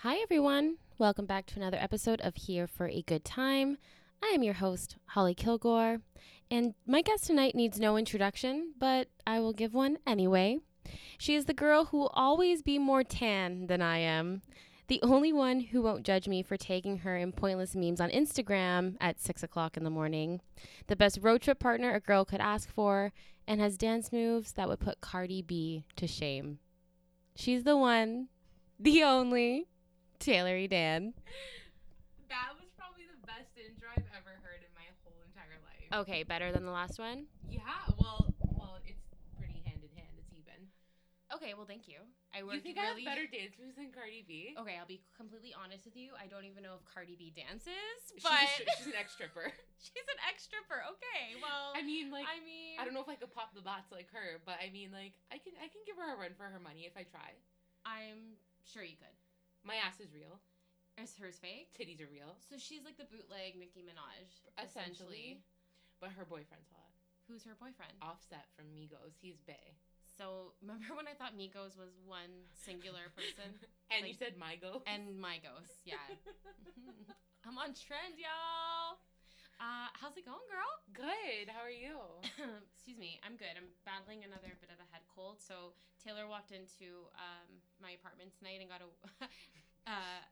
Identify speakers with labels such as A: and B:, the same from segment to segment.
A: Hi, everyone. Welcome back to another episode of Here for a Good Time. I am your host, Holly Kilgore, and my guest tonight needs no introduction, but I will give one anyway. She is the girl who will always be more tan than I am, the only one who won't judge me for tagging her in pointless memes on Instagram at 6 o'clock in the morning, the best road trip partner a girl could ask for, and has dance moves that would put Cardi B to shame. She's the one, the only. Tailory Dan.
B: That was probably the best intro I've ever heard in my whole entire life.
A: Okay, better than the last one.
B: Yeah, well, well, it's pretty hand in hand. It's even.
A: Okay, well, thank you. I worked
B: You think
A: really. Oh,
B: I have better dance moves than Cardi B?
A: okay, I'll be completely honest with you. I don't even know if Cardi B dances,
B: She's, a
A: but
B: stri- she's an ex stripper.
A: she's an extra for. Okay, well,
B: I mean, like,
A: I mean,
B: I don't know if I could pop the bots like her, but I mean, like, I can, I can give her a run for her money if I try.
A: I'm sure you could.
B: My ass is real.
A: Is hers fake?
B: Titties are real,
A: So she's like the bootleg Nicki Minaj,
B: essentially. But her boyfriend's hot.
A: Who's her boyfriend?
B: Offset from Migos. He's bae.
A: So remember when I thought Migos was one singular person
B: and you
A: Like-
B: said Migos.
A: and Migos? Yeah, I'm on trend, y'all. Uh, how's it going, girl?
B: Good. How are you?
A: excuse me i'm good i'm battling another bit of a head cold so taylor walked into um, my apartment tonight and got a uh,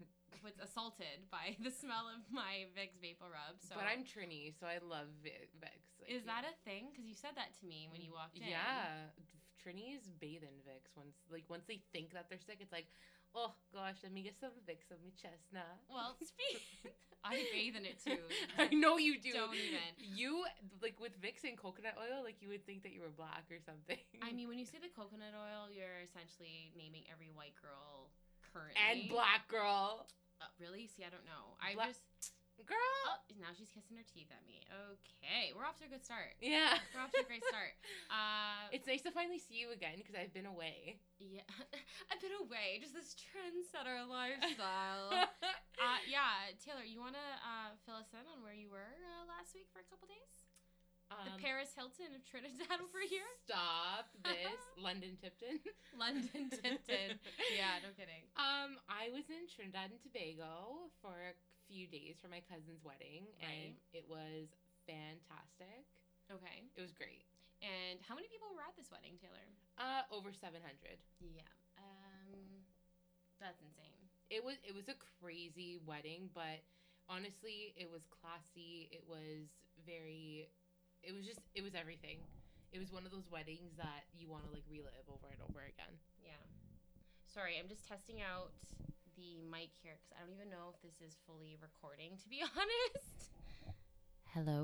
A: was assaulted by the smell of my vicks vapor rub so
B: But I'm Trini, so I love Ve- Vex. Like,
A: is
B: you
A: that
B: know.
A: a thing because you said that to me when you walked in
B: Yeah, Trini is bathing Vicks. Once like once they think that they're sick, it's like, oh gosh, let me get some Vicks on my chest now.
A: well speak i bathe in it too
B: I know you do.
A: Don't even.
B: You like with Vicks and coconut oil, like you would think that you were black or something.
A: i mean when you say the coconut oil you're essentially naming every white girl currently
B: and black girl,
A: Uh, really see i don't know i
B: Black-
A: just
B: girl.
A: oh, now she's kissing her teeth at me okay we're off to a good start
B: Yeah,
A: We're off to a great start. Uh,
B: It's nice to finally see you again because I've been away.
A: yeah, I've been away. Just this trendsetter lifestyle. uh, yeah, Taylor, you want to uh, fill us in on where you were uh, last week for a couple days?
B: Um,
A: the Paris Hilton of Trinidad over here,
B: Stop this, London Tipton.
A: London Tipton. yeah, no kidding.
B: Um, I was in Trinidad and Tobago for a few days for my cousin's wedding, and
A: Right.
B: it was fantastic.
A: Okay,
B: It was great.
A: and how many people were at this wedding, Taylor?
B: Uh, over seven hundred.
A: Yeah, um, that's insane.
B: It was it was a crazy wedding, but honestly, it was classy. It was very. It was just it was everything. It was one of those weddings that you want to like relive over and over again.
A: Yeah. Sorry, I'm just testing out the mic here because I don't even know if this is fully recording, to be honest. Hello?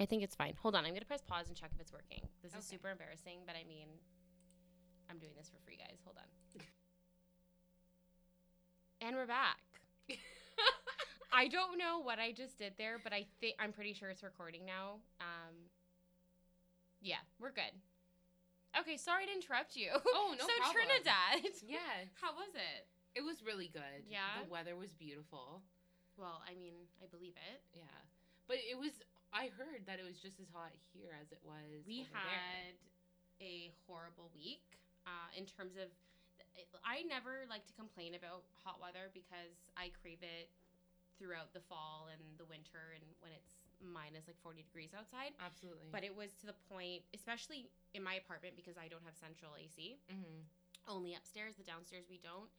A: I think it's fine. Hold on, I'm going to press pause and check if it's working. This is
B: Okay.
A: super embarrassing, but I mean, I'm doing this for free, guys. Hold on. and we're back. I don't know what I just did there, but I think I'm pretty sure it's recording now. Um, yeah, we're good. Okay, sorry to interrupt you.
B: Oh, no
A: so
B: problem.
A: Trinidad.
B: yeah,
A: How was it?
B: it was really good.
A: Yeah?
B: the weather was beautiful.
A: Well, I mean, I believe it.
B: Yeah, but it was. I heard that it was just as hot here as it was.
A: we
B: over
A: had a horrible week uh, in terms of i never like to complain about hot weather because i crave it throughout the fall and the winter and when it's minus like 40 degrees outside
B: there. absolutely.
A: but it was to the point especially in my apartment because i don't have central ac
B: hmm
A: only upstairs the downstairs we don't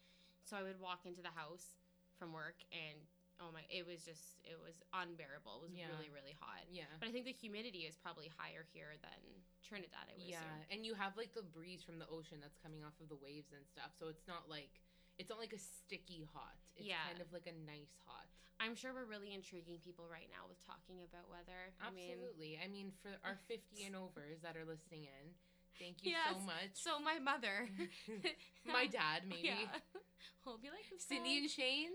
A: so i would walk into the house from work and oh my it was just it was unbearable it was
B: Yeah.
A: really really hot
B: yeah,
A: but I think the humidity is probably higher here than Trinidad. I would
B: yeah,
A: assume.
B: and you have like the breeze from the ocean that's coming off of the waves and stuff. So it's not like it's not like a sticky hot. It's
A: Yeah.
B: kind of like a nice hot.
A: I'm sure we're really intriguing people right now with talking about weather. I mean,
B: Absolutely. I mean, for our fifty and overs that are listening in, thank you
A: Yes,
B: so much.
A: so my mother,
B: my dad maybe
A: yeah, will be like this guy.
B: Cindy and Shane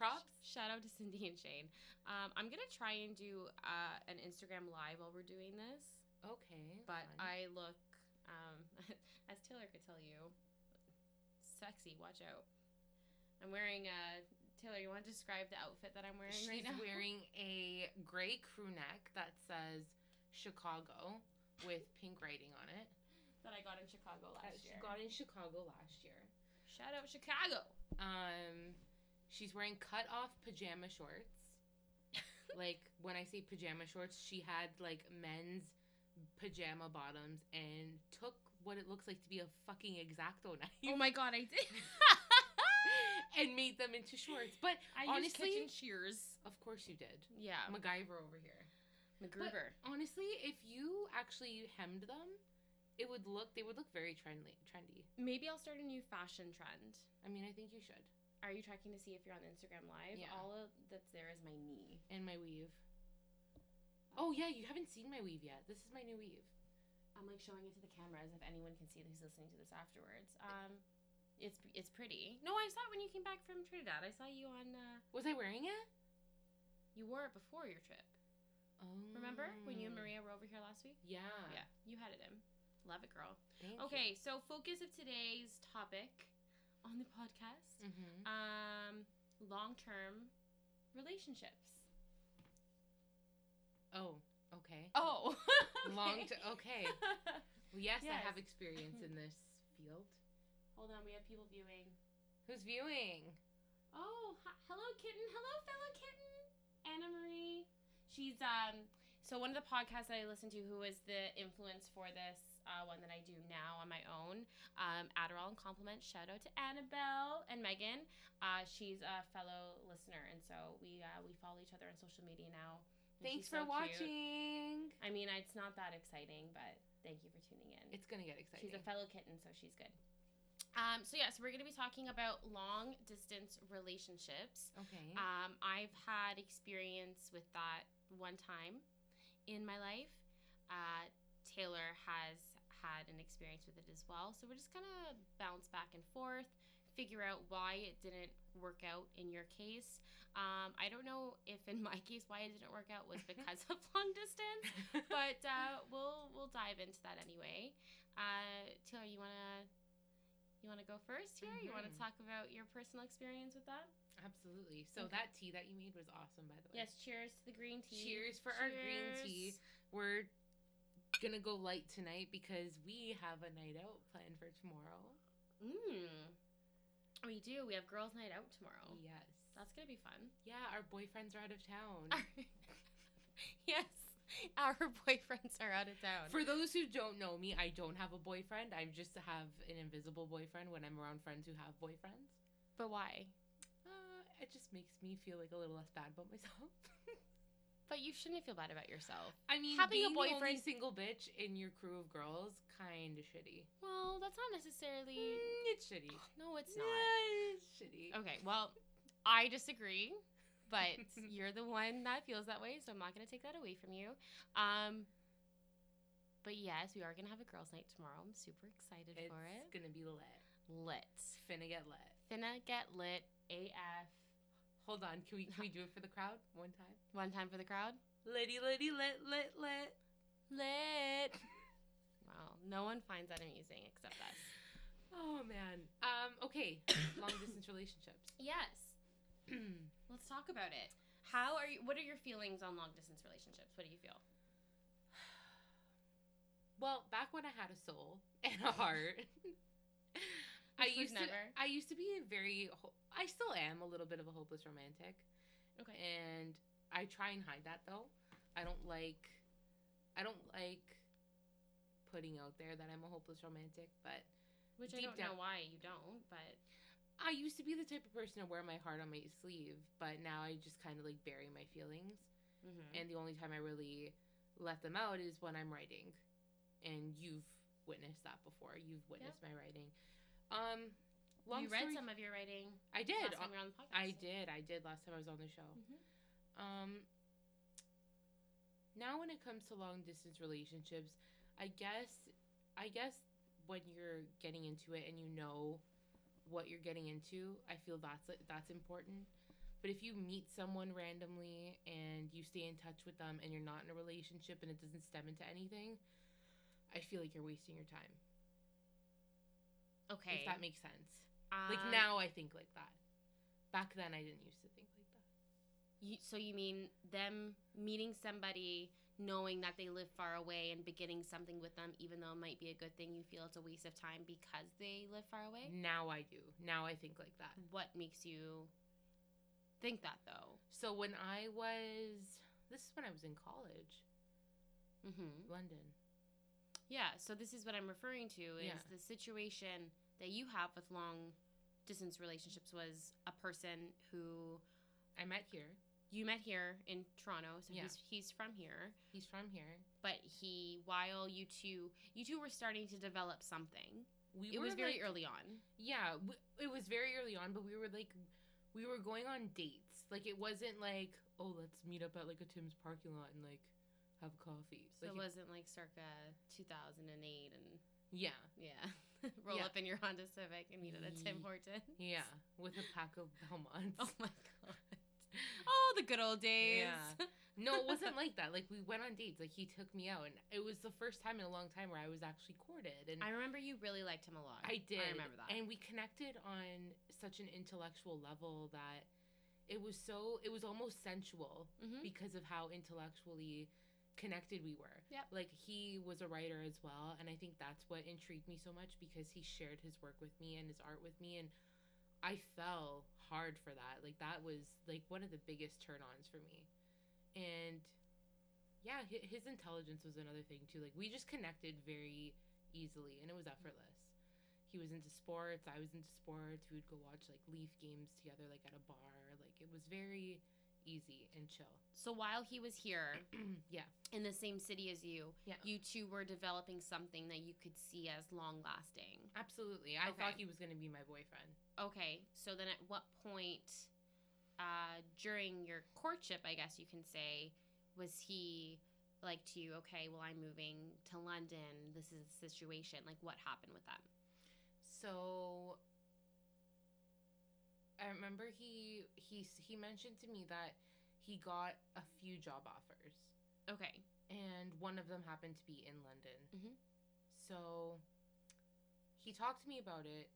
B: props.
A: Shout out to Cindy and Shane. Um, I'm gonna try and do uh, an Instagram live while we're doing this,
B: Okay,
A: but
B: fine.
A: I look, um, as Taylor could tell you, sexy. Watch out. I'm wearing a. Taylor, you want to describe the outfit that I'm wearing
B: She's
A: right now?
B: wearing a gray crew neck that says Chicago with pink writing on it.
A: that I got in Chicago
B: That
A: last
B: she
A: year.
B: got in Chicago last year. Shout out Chicago. Um, she's wearing cut off pajama shorts. like when I say pajama shorts, she had like men's pajama bottoms and took what it looks like to be a fucking exacto knife
A: Oh my god, I did.
B: and made them into shorts. But
A: I
B: Honestly-
A: used kitchen shears.
B: of course you did.
A: Yeah,
B: MacGyver over here.
A: MacGruber.
B: Honestly, if you actually hemmed them, it would look they would look very trendy trendy.
A: Maybe I'll start a new fashion trend.
B: I mean I think you should.
A: Are you tracking to see if you're on Instagram Live?
B: Yeah.
A: All of that's there is my knee.
B: And my weave. Oh yeah, you haven't seen my weave yet. This is my new weave.
A: I'm like showing it to the camera as if anyone can see who's listening to this afterwards. Um, it's it's pretty. No, I saw it when you came back from Trinidad. I saw you on. Uh,
B: Was I wearing it?
A: you wore it before your trip.
B: Oh.
A: Remember when you and Maria were over here last week?
B: Yeah.
A: Mm. Oh, Yeah, you had it in. Love it, girl.
B: Thank you.
A: Okay, so focus of today's topic on the podcast.
B: Mhm.
A: Um, long term relationships.
B: Oh, okay.
A: Oh,
B: Long to okay. Well, yes, I have
A: Yes.
B: experience in this field.
A: Hold on, we have people viewing.
B: Who's viewing?
A: Oh, hi- hello, kitten. Hello, fellow kitten. Anna Marie. She's um. So one of the podcasts that I listen to, who is the influence for this uh, one that I do now on my own, um, Adderall and Compliment. Shout out to Annabelle and Megan. Uh, she's a fellow listener, and so we uh, we follow each other on social media now. and
B: Thanks
A: she's
B: for
A: so cute.
B: watching.
A: I mean, it's not that exciting, but thank you for tuning in.
B: It's gonna get exciting.
A: She's a fellow kitten, so she's good. Um, so yes, we're going to be talking about long distance relationships.
B: okay.
A: Um, I've had experience with that one time in my life. Uh, Taylor has had an experience with it as well. So we're just going to bounce back and forth, figure out why it didn't work out in your case. Um, I don't know if in my case why it didn't work out was because of long distance but uh, we'll we'll dive into that anyway. Uh, Taylor, you wanna you wanna go first here? You wanna
B: Mhm.
A: talk about your personal experience with that?
B: Absolutely. So
A: Okay.
B: that tea that you made was awesome, by the way.
A: Yes. Cheers to the green tea.
B: Cheers for our green tea.
A: Cheers.
B: We're gonna go light tonight because we have a night out planned for tomorrow.
A: Mm. We do. We have girls' night out tomorrow.
B: Yes.
A: Oh. That's Ah. gonna be fun.
B: yeah, our boyfriends are out of town.
A: Our- yes, our boyfriends are out of town.
B: For those who don't know me, I don't have a boyfriend. I just have an invisible boyfriend when I'm around friends who have boyfriends.
A: but why?
B: Uh, it just makes me feel like a little less bad about myself.
A: But you shouldn't feel bad about yourself.
B: I mean,
A: Having a
B: being the only
A: boyfriend-
B: single bitch in your crew of girls, kind of shitty.
A: Well, that's not necessarily.
B: Mm, it's shitty.
A: No, it's
B: Yeah,
A: not.
B: it's shitty.
A: Okay, well, I disagree, but you're the one that feels that way, so I'm not going to take that away from you. Um, but yes, we are going to have a girls' night tomorrow. I'm super excited
B: It's
A: for it.
B: gonna be lit.
A: Lit.
B: It's finna get lit.
A: Finna get lit AF.
B: Hold on, can we can we do it for the crowd one time?
A: One time for the crowd.
B: Litty litty lit lit lit.
A: Lit. Wow, no one finds that amusing except us.
B: Oh man. Um. Okay. Long distance relationships.
A: Yes, let's talk about it. How are you? What are your feelings on long distance relationships? What do you feel?
B: well, back when I had a soul and a heart, I
A: Which was
B: used to
A: never.
B: I used to be a very ho- I still am a little bit of a hopeless romantic.
A: Okay.
B: and I try and hide that though. I don't like I don't like putting out there that I'm a hopeless romantic, but
A: Which I
B: deep
A: don't
B: down-
A: know why you don't, but
B: I used to be the type of person to wear my heart on my sleeve, but now I just kind of like bury my feelings.
A: Mhm.
B: And the only time I really let them out is when I'm writing. And you've witnessed that before. You've witnessed my writing. Um long
A: you read
B: story-
A: some of your writing.
B: I did.
A: Last time we were on the podcast. Mm-hmm.
B: I did. I did last time I was on the show. Um, now when it comes to long distance relationships, I guess, I guess when you're getting into it and you know what you're getting into, I feel that's that's important. But if you meet someone randomly and you stay in touch with them and you're not in a relationship and it doesn't stem into anything, I feel like you're wasting your time.
A: Okay.
B: If that makes sense.
A: Um,
B: like now, I think like that. Back then, I didn't used to think like that.
A: You, so you mean them meeting somebody, knowing that they live far away and beginning something with them, even though it might be a good thing, you feel it's a waste of time because they live far away?
B: Now I do. Now I think like that.
A: What makes you think that though?
B: So when I was, this is when I was in college,
A: Mm-hmm.
B: London.
A: Yeah, so this is what I'm referring to is
B: Yeah.
A: the situation that you have with long distance relationships was a person who
B: I met here.
A: you met here in Toronto, so
B: Yeah.
A: he's he's from here,
B: He's from here.
A: but he while you two you two were starting to develop something.
B: We
A: it was
B: were,
A: very
B: like-
A: early on.
B: Yeah, w- it was very early on, but we were like, we were going on dates. Like it wasn't like, oh, let's meet up at like a Tim's parking lot and like have coffee.
A: So it
B: Like,
A: wasn't like circa 2008 and
B: yeah,
A: yeah, roll
B: Yeah.
A: up in your Honda Civic and meet at a Tim
B: Ye-
A: Hortons.
B: yeah, with a pack of Belmonts.
A: Oh my god. Oh, the good old days.
B: Yeah. No, it wasn't like that. Like we went on dates. Like he took me out, and it was the first time in a long time where I was actually courted. And
A: I remember you really liked him a lot.
B: I did.
A: I remember that.
B: And we connected on such an intellectual level that it was so it was almost sensual
A: Mhm.
B: because of how intellectually connected we were.
A: Yep.
B: Like he was a writer as well, and I think that's what intrigued me so much because he shared his work with me and his art with me and I fell hard for that. Like that was like one of the biggest turn-ons for me. And yeah, hi- his intelligence was another thing too. Like we just connected very easily and it was effortless. He was into sports, I was into sports. We would go watch like Leaf games together like at a bar. Like it was very easy and chill.
A: so while he was here
B: yeah.
A: in the same city as you,
B: Yeah.
A: you two were developing something that you could see as long lasting.
B: Absolutely. I thought
A: Okay.
B: he was going to be my boyfriend.
A: Okay, so then at what point uh, during your courtship, I guess you can say, was he like to you, okay, well, I'm moving to London. This is the situation. Like, what happened with that?
B: So I remember he he s- he mentioned to me that he got a few job offers
A: Okay.
B: and one of them happened to be in London.
A: Mhm.
B: So he talked to me about it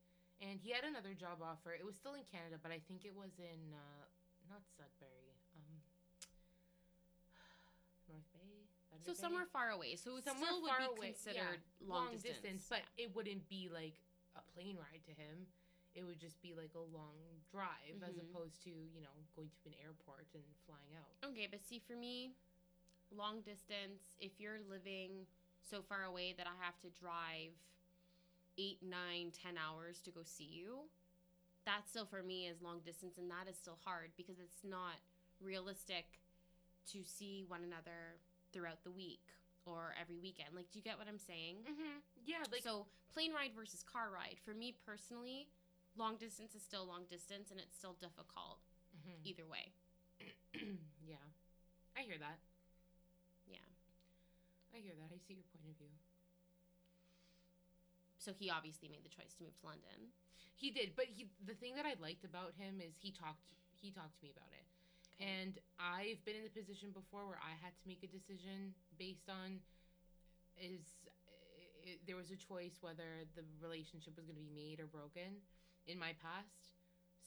B: and he had another job offer. It was still in Canada, but I think it was in uh not Sudbury. Um North Bay.
A: So
B: Thunder Bay?
A: somewhere far away. So it
B: Somewhere
A: still would
B: far
A: be
B: away, yeah.
A: considered long, distance.
B: but it wouldn't be like a plane ride to him. It would just be like a long drive as
A: Mhm.
B: opposed to, you know, going to an airport and flying out.
A: Okay, but see, for me, long distance, if you're living so far away that I have to drive eight, nine, ten hours to go see you, that still for me is long distance, and that is still hard because it's not realistic to see one another throughout the week or every weekend. Like, do you get what I'm saying?
B: Mm-hmm. Yeah, like
A: so plane ride versus car ride. For me personally, long distance is still long distance, and it's still difficult
B: Mhm.
A: either way.
B: yeah. I hear that.
A: Yeah.
B: I hear that. I see your point of view.
A: So he obviously made the choice to move to London.
B: He did, but he the thing that I liked about him is he talked he talked to me about it. And I've been in the position before where I had to make a decision based on is i i there was a choice whether the relationship was going to be made or broken in my past.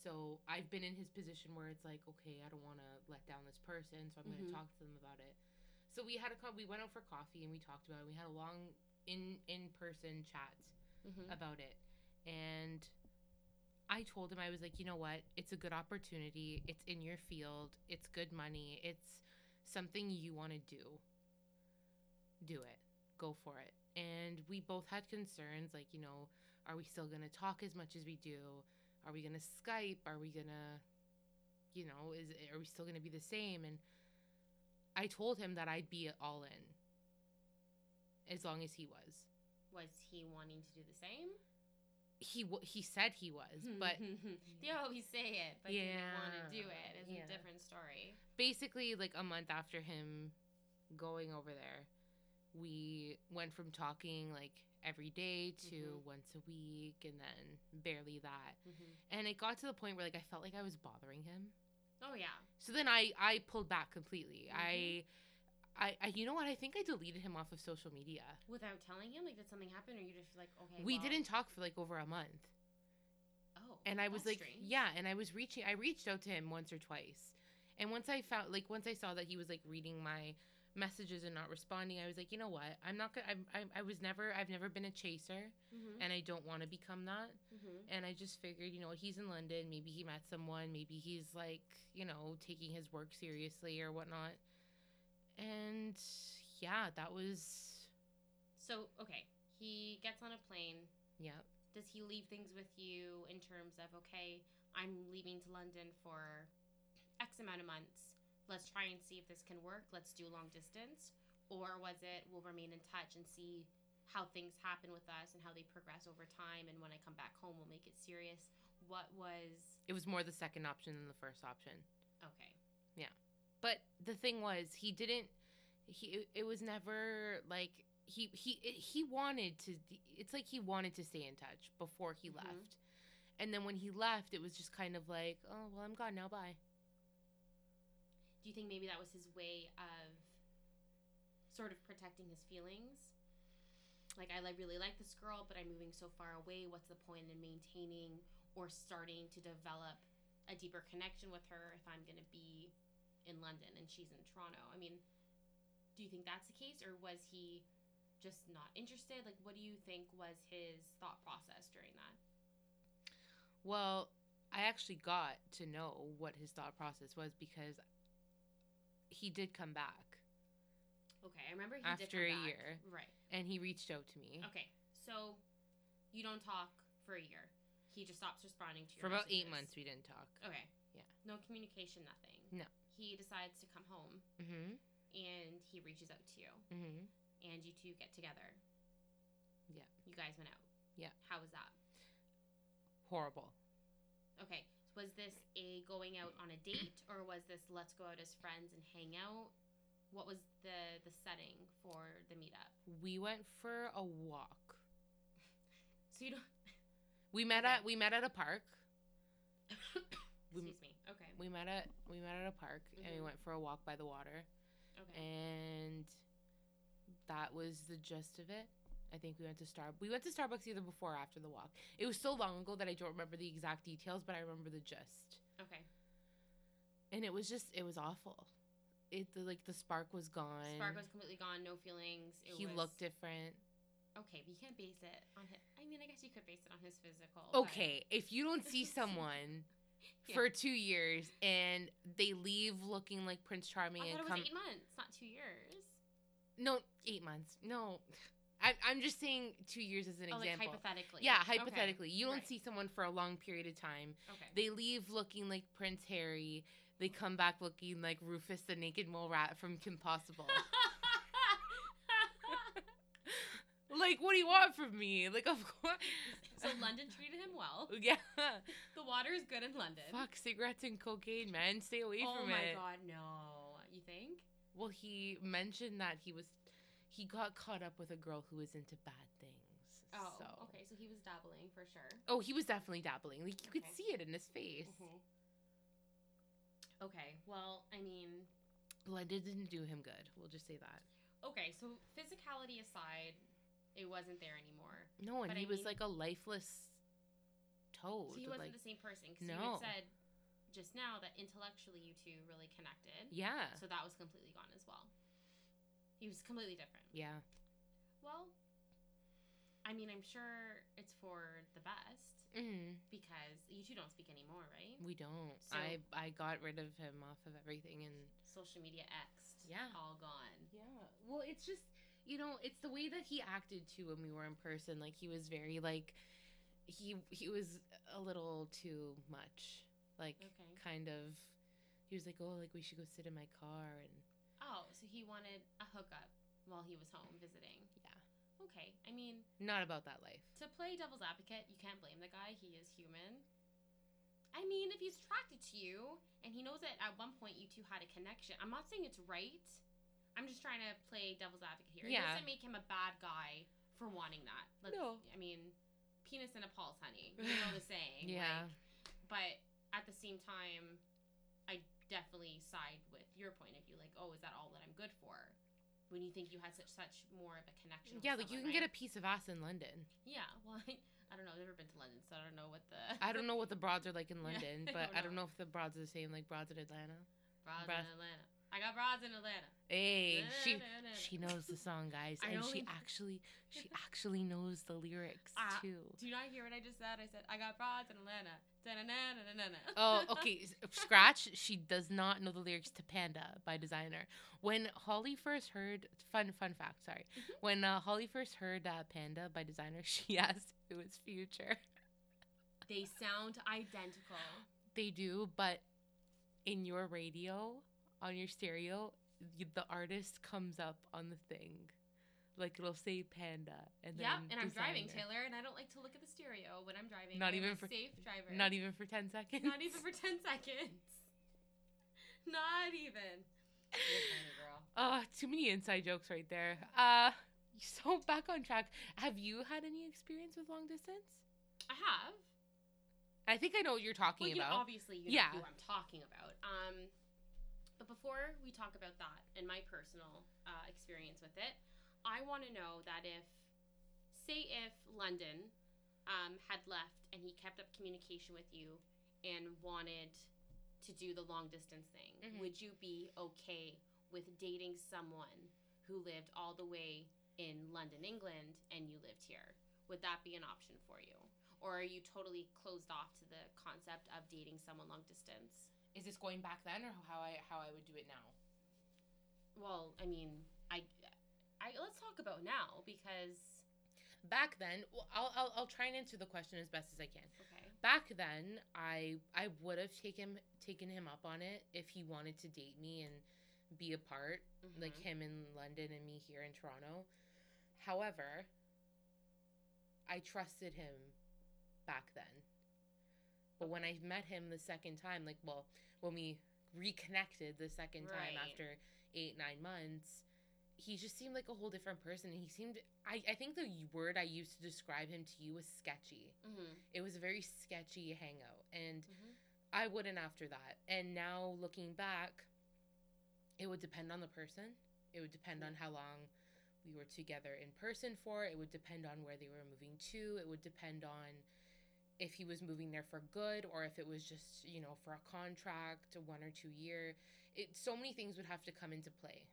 B: So I've been in his position where it's like, okay, I don't want to let down this person, so I'm going
A: Mhm.
B: to talk to them about it. So we had a co- we went out for coffee and we talked about it. We had a long in in person chat
A: Mhm.
B: about it. And I told him, I was like, you know what? It's a good opportunity. It's in your field. It's good money. It's something you want to do. Do it. Go for it. And we both had concerns like, you know, are we still going to talk as much as we do? Are we going to Skype? Are we going to, you know, is are we still going to be the same? And I told him that I'd be all in as long as he was.
A: Was he wanting to do the same?
B: He w- he said he was,
A: Hmm,
B: but
A: they always say it, but yeah. did want to
B: Yeah,
A: do it is
B: yeah.
A: a different story.
B: basically like a month after him going over there we went from talking like every day to
A: Mhm.
B: once a week and then barely that and it got to the point where like i felt like i was bothering him
A: Oh yeah,
B: so then i i pulled back completely
A: Mhm.
B: I, I i you know what i think i deleted him off of social media
A: without telling him, like did something happen, or you just like okay?
B: we
A: well-
B: didn't talk for like over a month
A: Oh,
B: and I was
A: that's
B: like,
A: strange.
B: yeah, and I was reaching. I reached out to him once or twice, and once I found, like, once I saw that he was like reading my messages and not responding, I was like, you know what? I'm not gonna. I'm, I I was never. I've never been a chaser,
A: Mm-hmm.
B: and I don't want to become that.
A: Mm-hmm.
B: And I just figured, you know, what, he's in London. Maybe he met someone. Maybe he's like, you know, taking his work seriously or whatnot. And yeah, that was
A: So okay, he gets on a plane.
B: yeah.
A: Does he leave things with you in terms of okay, I'm leaving to London for X amount of months. Let's try and see if this can work. Let's do long distance, or was it we'll remain in touch and see how things happen with us and how they progress over time. And when I come back home, we'll make it serious. What was
B: It was more the second option than the first option.
A: okay?
B: But the thing was, he didn't. He it, it was never like he he it, he wanted to. It's like he wanted to stay in touch before he
A: Mhm.
B: left, and then when he left, it was just kind of like, oh well, I'm gone now. Bye.
A: Do you think maybe that was his way of sort of protecting his feelings? Like, I like, really like this girl, but I'm moving so far away. What's the point in maintaining or starting to develop a deeper connection with her if I'm going to be in London and she's in Toronto? I mean, do you think that's the case, or was he just not interested? Like, what do you think was his thought process during that?
B: Well, I actually got to know what his thought process was because he did come back
A: Okay, I remember he did
B: After
A: come
B: a
A: back.
B: year.
A: right?
B: and he reached out to me
A: Okay, so you don't talk for a year. He just stops responding to your
B: for about eight months.
A: messages.
B: We didn't talk.
A: Okay.
B: Yeah.
A: No communication, nothing.
B: No.
A: He decides to come home
B: Mm-hmm.
A: and he reaches out to you
B: Mm-hmm.
A: and you two get together.
B: Yeah.
A: You guys went out.
B: Yeah.
A: How was that?
B: Horrible.
A: Okay. Was this a going out on a date or was this let's go out as friends and hang out? What was the the setting for the meetup?
B: We went for a walk.
A: So you don't
B: We met
A: Okay.
B: at we met at a park. We,
A: excuse me. Okay.
B: we met at we met at a park and we
A: Mhm.
B: went for a walk by the water
A: Okay.
B: and that was the gist of it. I think we went to Star we went to Starbucks either before or after the walk. It was so long ago that I don't remember the exact details, but I remember the gist.
A: okay.
B: And it was just it was awful. It the, like the spark was gone.
A: Spark was completely gone, no feelings. It
B: he
A: was,
B: looked different.
A: Okay, but you can't base it on his. I mean, I guess you could base it on his physical. but-
B: Okay, if you don't see someone
A: Yeah.
B: for 2 years and they leave looking like Prince Charming
A: I
B: and
A: thought it
B: come
A: was eight months, not two years.
B: No, eight months. No, I, I'm just saying two years as an
A: oh, like
B: example.
A: hypothetically.
B: yeah,
A: Okay,
B: hypothetically, you don't
A: right.
B: see someone for a long period of time.
A: Okay.
B: They leave looking like Prince Harry. They come back looking like Rufus the Naked Mole Rat from Kim Possible. like, what do you want from me? Like, of course.
A: so London treated him well.
B: yeah.
A: The water is good in London.
B: Fuck cigarettes and cocaine, man. Stay away
A: oh
B: from
A: my
B: it.
A: god, no. You think?
B: Well, he mentioned that he was, he got caught up with a girl who was into bad things.
A: Oh,
B: so.
A: okay. So he was dabbling for sure.
B: Oh, he was definitely dabbling. Like you
A: Okay. Mm-hmm.
B: could see it in his face.
A: Okay. Well, I mean,
B: London didn't do him good. We'll just say that.
A: okay. So physicality aside, it wasn't there anymore.
B: No, and
A: But
B: he
A: I
B: was
A: mean-
B: like a lifeless toad.
A: So he wasn't
B: like,
A: the same person because you had
B: No.
A: said just now that intellectually you two really connected.
B: yeah,
A: So that was completely gone as well. He was completely different.
B: yeah.
A: Well, I mean, I'm sure it's for the best
B: Mm,
A: because you two don't speak anymore, right?
B: we don't.
A: So-
B: I I got rid of him off of everything, and
A: Social media X.
B: Yeah.
A: All gone.
B: yeah. Well, it's just you know, it's the way that he acted too when we were in person. Like he was very like he he was a little too much. Like
A: Okay.
B: kind of, he was like, oh, like we should go sit in my car and
A: Oh, so he wanted a hookup while he was home visiting.
B: Yeah.
A: Okay. I mean,
B: not about that life.
A: to play devil's advocate, you can't blame the guy. He is human. I mean, if he's attracted to you and he knows that at one point you two had a connection, I'm not saying it's right. I'm just trying to play devil's advocate here.
B: Yeah.
A: It doesn't make him a bad guy for wanting that. Let's,
B: No.
A: I mean, penis in a pulse, honey. You know the saying.
B: Yeah.
A: like, but at the same time, I definitely side with your point of view. Like, oh, is that all that I'm good for? When you think you had such such more of a connection. with
B: Yeah, like you can
A: someone,
B: get a
A: right?
B: piece of ass in London.
A: Yeah, well, I, I don't know. I've never been to London, so I don't know what the.
B: I don't know what the broads are like in
A: Yeah,
B: London,
A: I
B: but
A: don't
B: I don't
A: know.
B: know if the broads are the same like broads in Atlanta.
A: Broads
B: Bras-
A: in Atlanta. I got bras in Atlanta.
B: Hey,
A: Na,
B: she
A: na, na, na.
B: she knows the song, guys,
A: I
B: and she
A: only-
B: actually she actually knows the lyrics
A: Ah.
B: too.
A: Do you not hear what I just said? I said I got bras in Atlanta. Da-na-na-na-na-na.
B: Oh, okay. s- Scratch. She does not know the lyrics to Panda by Designer. When Holly first heard, fun fun fact, sorry.
A: Mhm.
B: When uh, Holly first heard uh, Panda by Designer, she asked if it was Future.
A: they sound identical.
B: They do, but in your radio on your stereo, y the artist comes up on the thing, like it'll say Panda, and then
A: Yep, and I'm driving,
B: Designer.
A: Taylor, and I don't like to look at the stereo when I'm driving.
B: Not
A: I'm
B: even
A: a
B: for-
A: safe driver.
B: Not even for ten seconds.
A: Not even for ten seconds. Not even. You're funny, girl.
B: Uh, too many inside jokes right there. Uh, so back on track. Have you had any experience with long distance?
A: I have.
B: I think I know what you're talking
A: Well, you
B: about.
A: obviously you
B: Yeah.
A: know who I'm talking about. Um, but before we talk about that and my personal uh, experience with it, I want to know that if, say, if London um, had left and he kept up communication with you and wanted to do the long distance thing,
B: Mhm.
A: would you be okay with dating someone who lived all the way in London, England, and you lived here? Would that be an option for you? or are you totally closed off to the concept of dating someone long distance?
B: Is this going back then, or how I how I would do it now?
A: Well, I mean, I, I let's talk about now because
B: Back then, well, I'll, I'll I'll try and answer the question as best as I can.
A: okay,
B: Back then, I I would have taken taken him up on it if he wanted to date me and be a part,
A: Mm-hmm.
B: like him in London and me here in Toronto. However, I trusted him back then. But when I met him the second time, like, well, when we reconnected the second time
A: Right.
B: after eight, nine months, he just seemed like a whole different person. He seemed, I, I think the word I used to describe him to you was sketchy.
A: mm-hmm.
B: It was a very sketchy hangout. And
A: Mm-hmm.
B: I wouldn't after that. And now looking back, it would depend on the person. It would depend on how long we were together in person for. It would depend on where they were moving to. It would depend on if he was moving there for good or if it was just, you know, for a contract, a one or two year. It so many things would have to come into play.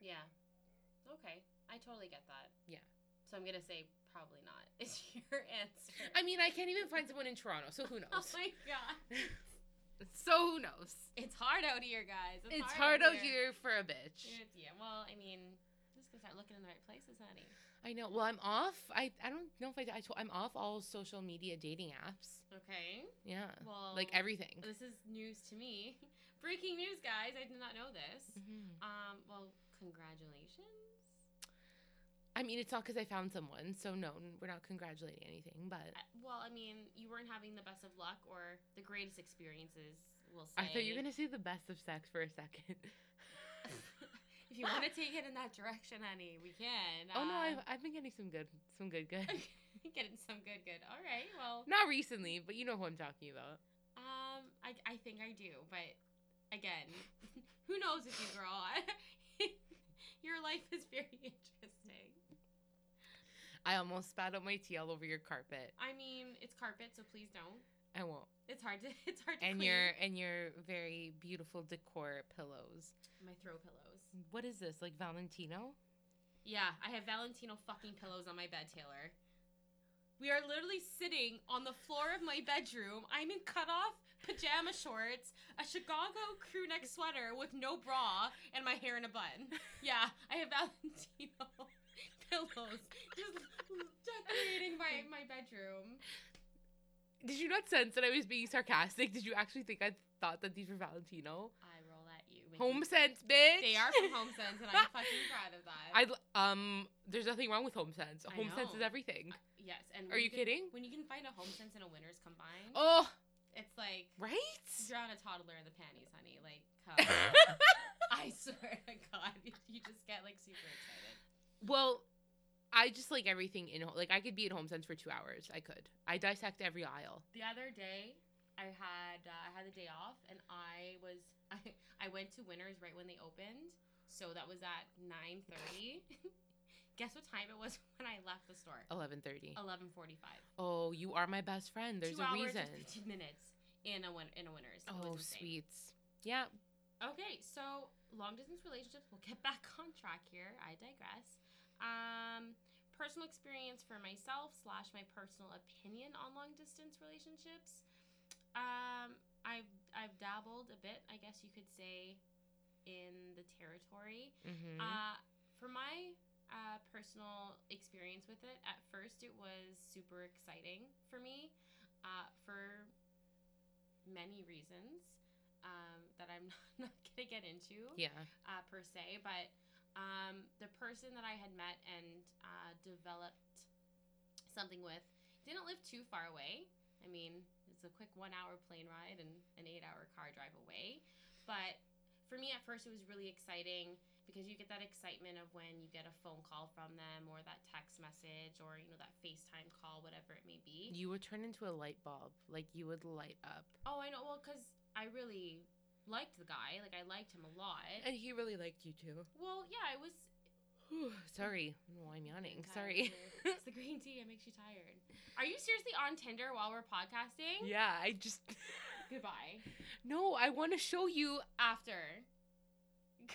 A: yeah, okay, I totally get that.
B: Yeah.
A: so I'm gonna say probably not is your answer.
B: I mean, I can't even find someone in Toronto, so who
A: oh
B: knows?
A: my god,
B: so who knows?
A: it's hard out here, guys. It's,
B: It's, hard out here for a bitch.
A: It's- yeah, well, I mean, just gonna start looking in the right places, honey.
B: I know. Well, I'm off. I, I don't know if I, I told, I'm off all social media dating apps.
A: Okay,
B: Yeah.
A: well,
B: like everything.
A: This is news to me. Breaking news, guys. I did not know this.
B: Mhm.
A: Um, well, congratulations.
B: I mean, it's not because I found someone, so no, n- we're not congratulating anything, but
A: I- Well, I mean, you weren't having the best of luck or the greatest experiences, we'll say.
B: I thought you were going to say the best of sex for a second.
A: if you want to take it in that direction, honey, we can.
B: oh, no, I've,
A: Uh,
B: I've been getting some good, some good, good.
A: Getting some good, good. All right. Well,
B: not recently, but you know who I'm talking about.
A: um, I, I think I do, but again, who knows if you girl? Your life is very interesting.
B: I almost spat out my tea all over your carpet.
A: I mean, it's carpet, so please don't.
B: I won't.
A: It's hard to. It's hard to
B: And
A: clean.
B: your and your very beautiful decor pillows.
A: my throw pillows.
B: What is this? Like Valentino?
A: Yeah, I have Valentino fucking pillows on my bed, Taylor. We are literally sitting on the floor of my bedroom. I'm in cutoff pajama shorts, a Chicago crew neck sweater with no bra, and my hair in a bun. Yeah, I have Valentino pillows just decorating my, my bedroom.
B: Did you not sense that I was being sarcastic? Did you actually think I thought that these were Valentino?
A: I roll at you. Mickey.
B: Home sense, bitch.
A: They are from Home Sense, and I'm fucking proud of that.
B: I um. There's nothing wrong with home sense.
A: I
B: Home sense is
A: know.
B: everything.
A: yes, and
B: Are
A: when
B: you
A: can-
B: kidding?
A: When you can find a Home Sense and a Winners combined,
B: Oh,
A: it's like
B: right.
A: drown a toddler in the panties, honey. Like, come. I swear to God, you just get like super excited.
B: well, I just like everything in. ho- Like I could be at home sense for two hours. I could. I dissect every aisle.
A: The other day, I had uh, I had the day off, and I was I, I went to Winners right when they opened, so that was at nine thirty. Guess what time it was when I left the store?
B: Eleven thirty.
A: Eleven forty-five.
B: Oh, you are my best friend. Oh. There's
A: Two
B: a
A: hours
B: reason.
A: and fifteen minutes in a win in a Winners. It was
B: Oh,
A: insane.
B: sweets. Yeah,
A: Okay, so long distance relationships, we'll get back on track here. I digress. Um, personal experience for myself slash my personal opinion on long distance relationships. Um, I've I've dabbled a bit, I guess you could say, in the territory.
B: Mm-hmm.
A: Uh, for my uh, personal experience with it, at first it was super exciting for me uh, for many reasons um, that I'm not, not going to get into
B: yeah.
A: uh, per se, but um, the person that I had met and uh, developed something with didn't live too far away. I mean, it's a quick one hour plane ride and an eight hour car drive away. But for me, at first, it was really exciting because you get that excitement of when you get a phone call from them or that text message or, you know, that FaceTime call, whatever it may be.
B: You would turn into a light bulb. Like you would light up.
A: oh, I know. Well, because I really liked the guy. Like, I liked him a lot.
B: And he really liked you too.
A: well, yeah, it was
B: Whew, sorry. Oh, I'm yawning.
A: tired
B: Sorry.
A: today. it's the green tea. It makes you tired. Are you seriously on Tinder while we're podcasting?
B: Yeah, I just.
A: Goodbye.
B: no, I want to show you.
A: After.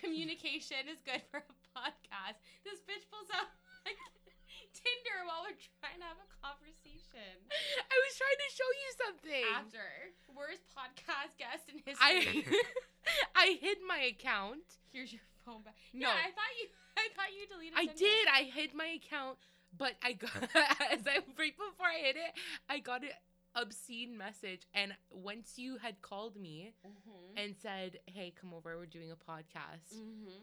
A: Communication is good for a podcast. This bitch pulls out like Tinder while we're trying to have a conversation.
B: I was trying to show you something.
A: After. Worst podcast guest in history.
B: I I hid my account.
A: Here's your phone back.
B: No,
A: Yeah, I thought you I thought you deleted
B: I
A: Tinder.
B: did. I hid my account, but I got as I right before I hid it, I got an obscene message. And once you had called me
A: Mm-hmm.
B: and said, "Hey, come over. We're doing a podcast,"
A: Mm-hmm.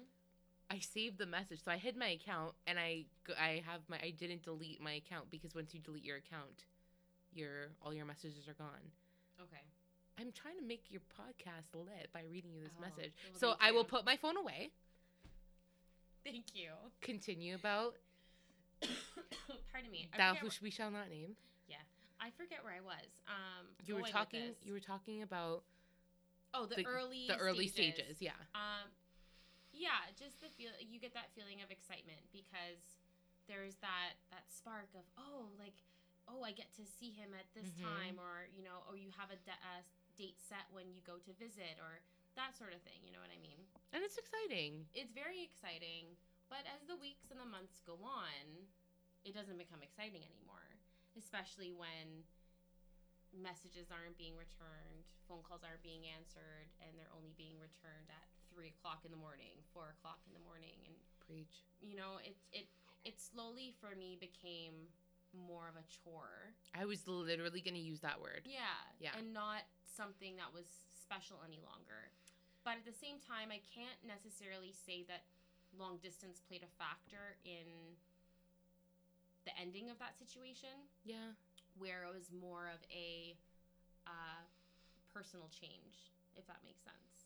B: I saved the message. So I hid my account, and I g- I have my I didn't delete my account because once you delete your account, your all your messages are gone.
A: Okay.
B: I'm trying to make your podcast lit by reading you this
A: Oh,
B: message.
A: well,
B: So
A: thank
B: I will
A: you.
B: put my phone away.
A: Thank you.
B: Continue about
A: Pardon me. I
B: thou
A: forget
B: who
A: where-
B: sh- we shall not name.
A: I forget where I was. Um,
B: You were
A: going with
B: talking.
A: this.
B: You were talking about
A: oh the,
B: the-
A: early
B: the early stages. Yeah.
A: Um, yeah, just the feel you get that feeling of excitement because there's that that spark of oh like oh I get to see him at this
B: Mhm.
A: time or you know or you have a, de- a s- date set when you go to visit or that sort of thing. You know what I mean?
B: And it's exciting.
A: It's very exciting, but as the weeks and the months go on, it doesn't become exciting anymore, especially when messages aren't being returned, phone calls aren't being answered, and they're only being returned at three o'clock in the morning, four o'clock in the morning, and
B: Preach.
A: you know it it it slowly for me became more of a chore.
B: I was literally going to use that word.
A: Yeah.
B: Yeah.
A: And not something that was special any longer. But at the same time, I can't necessarily say that long distance played a factor in the ending of that situation,
B: Yeah.
A: where it was more of a uh, personal change, if that makes sense.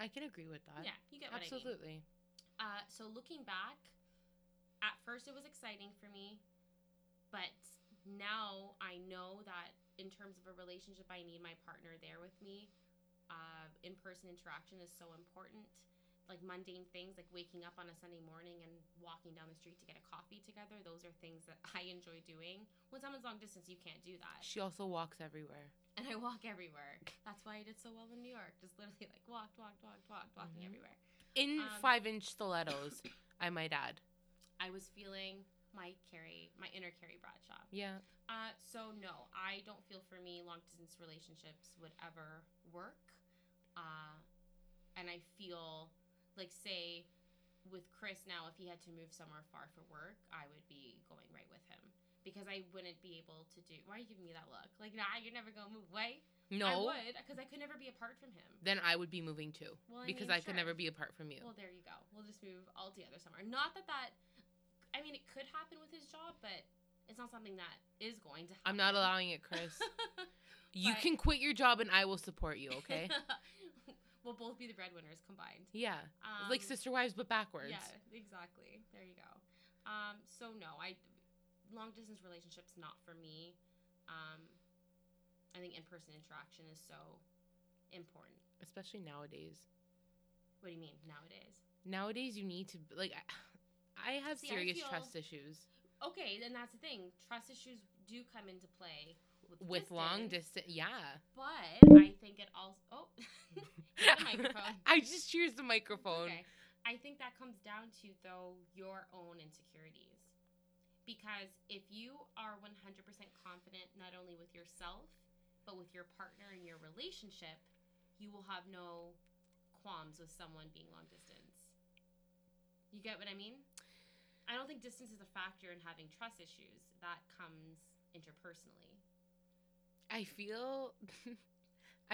B: I can agree with that.
A: yeah, you get what I mean.
B: Absolutely.
A: Uh, so looking back, at first it was exciting for me, but now I know that in terms of a relationship, I need my partner there with me. Uh, in-person interaction is so important. Like mundane things, like waking up on a Sunday morning and walking down the street to get a coffee together. Those are things that I enjoy doing. When someone's long distance, you can't do that
B: She also walks everywhere.
A: and I walk everywhere. That's why I did so well in New York. Just literally like walked, walked, walked, walked, walking
B: Mhm.
A: everywhere.
B: In
A: Um,
B: five inch stilettos, I might add.
A: I was feeling my Carrie, my inner Carrie Bradshaw.
B: Yeah.
A: Uh, so no, I don't feel for me long distance relationships would ever work. Uh, and I feel like say with Chris now, if he had to move somewhere far for work, I would be going right with him because I wouldn't be able to do. Why are you giving me that look? Like, nah, you're never gonna move away. I
B: No.
A: would because I could never be apart from him.
B: Then I would be moving too
A: Well,
B: because
A: mean,
B: I could
A: sure.
B: never be apart from you.
A: Well, there you go. We'll just move all together somewhere. Not that that, I mean, it could happen with his job, but it's not something that is going to happen.
B: I'm not allowing it, Chris. you
A: But-
B: can quit your job and I will support you, okay?
A: we'll both be the breadwinners combined.
B: yeah.
A: Um,
B: like sister wives, but backwards.
A: Yeah, exactly. There you go. Um, so no, I long distance relationships not for me. Um, I think in person interaction is so important.
B: Especially nowadays.
A: What do you mean nowadays?
B: Nowadays, you need to, like, I, I have
A: See, I
B: serious
A: feel-
B: trust issues.
A: Okay, then that's the thing. Trust issues do come into play with,
B: with long distance yeah
A: But I think it also oh Hit the microphone.
B: I just choose the microphone.
A: Okay. I think that comes down to though your own insecurities. Because if you are 100% confident not only with yourself, but with your partner and your relationship, you will have no qualms with someone being long distance. You get what I mean? I don't think distance is a factor in having trust issues. That comes interpersonally.
B: I feel,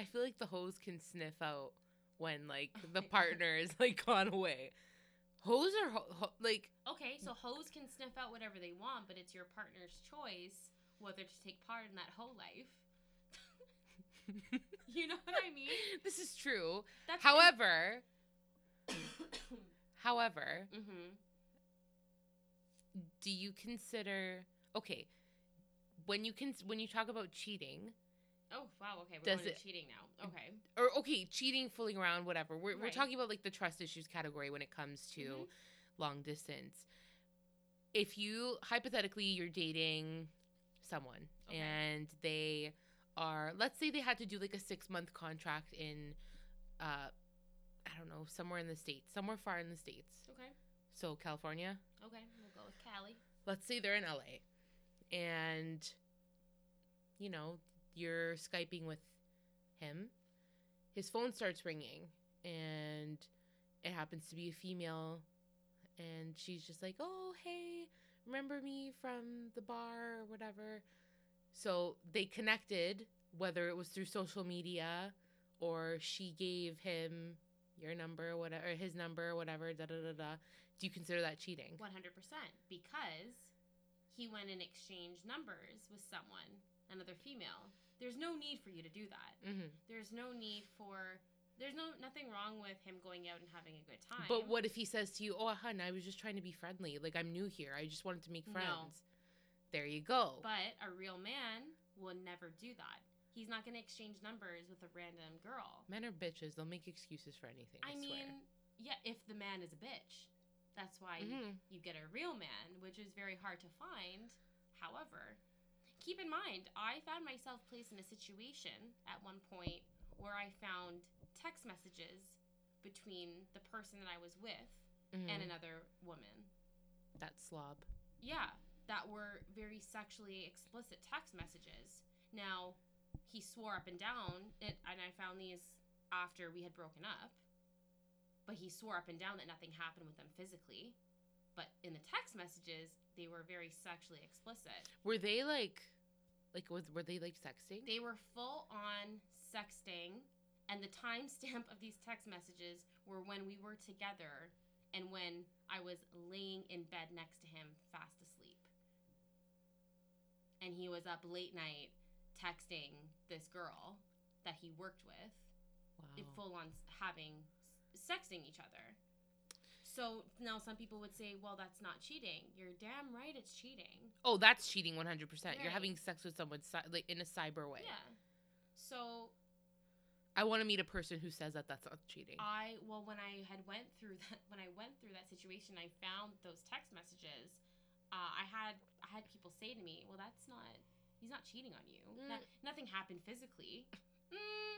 B: I feel like the hoes can sniff out when like
A: Oh
B: the
A: my God.
B: partner is like gone away. Hoes are ho- ho- like
A: Okay,
B: Mm.
A: so hoes can sniff out whatever they want, but it's your partner's choice whether to take part in that hoe life. you know what I mean?
B: this is true.
A: That's
B: However, however,
A: mm-hmm.
B: do you consider okay when you can when you talk about cheating
A: Oh wow. Okay, we're
B: Does
A: going
B: it- Mm.
A: to cheating now. Okay.
B: or okay cheating fooling around whatever we're, we're
A: Right.
B: talking about like the trust issues category when it comes to
A: Mhm.
B: long distance if you hypothetically you're dating someone
A: Okay.
B: and they are let's say they had to do like a six month contract in uh i don't know somewhere in the states somewhere far in the states
A: Okay.
B: so california
A: Okay. We'll go with Callie.
B: let's say they're in LA and you know, you're skyping with him. His phone starts ringing and it happens to be a female and she's just like, "Oh, hey, remember me from the bar or whatever." So they connected whether it was through social media or she gave him your number or whatever or his number or whatever da da da da. Do you consider that cheating?
A: One hundred percent because he went and exchanged numbers with someone, another female. There's no need for you to do that.
B: Mhm.
A: There's no need for. There's no nothing wrong with him going out and having a good time.
B: But what if he says to you, "Oh, hun, I was just trying to be friendly. Like I'm new here. I just wanted to make
A: No.
B: friends." There you go.
A: But a real man will never do that. He's not going to exchange numbers with a random girl.
B: Men are bitches. They'll make excuses for anything. I,
A: I mean, yeah, if the man is a bitch, that's why
B: swear. Mhm.
A: you get a real man, which is very hard to find. However, keep in mind, I found myself placed in a situation at one point where I found text messages between the person that I was with
B: Mhm.
A: and another woman.
B: that slob.
A: Yeah, that were very sexually explicit text messages. Now, he swore up and down, and, and I found these after we had broken up. But he swore up and down that nothing happened with them physically. But in the text messages, they were very sexually explicit.
B: Were they like, like was were they like sexting?
A: They were full on sexting, and the timestamp of these text messages were when we were together and when I was laying in bed next to him, fast asleep. And he was up late night texting this girl that he worked with, in
B: wow.
A: full on s- having sexting each other. So now some people would say, well, that's not cheating. You're damn right it's cheating.
B: oh, that's cheating 100. percent
A: Right.
B: You're having sex with someone ci- like in a cyber way.
A: Yeah. So
B: I want to meet a person who says that that's not cheating.
A: I well when I had went through that when I went through that situation I found those text messages uh, I had I had people say to me well that's not he's not cheating on you No- nothing happened physically mm,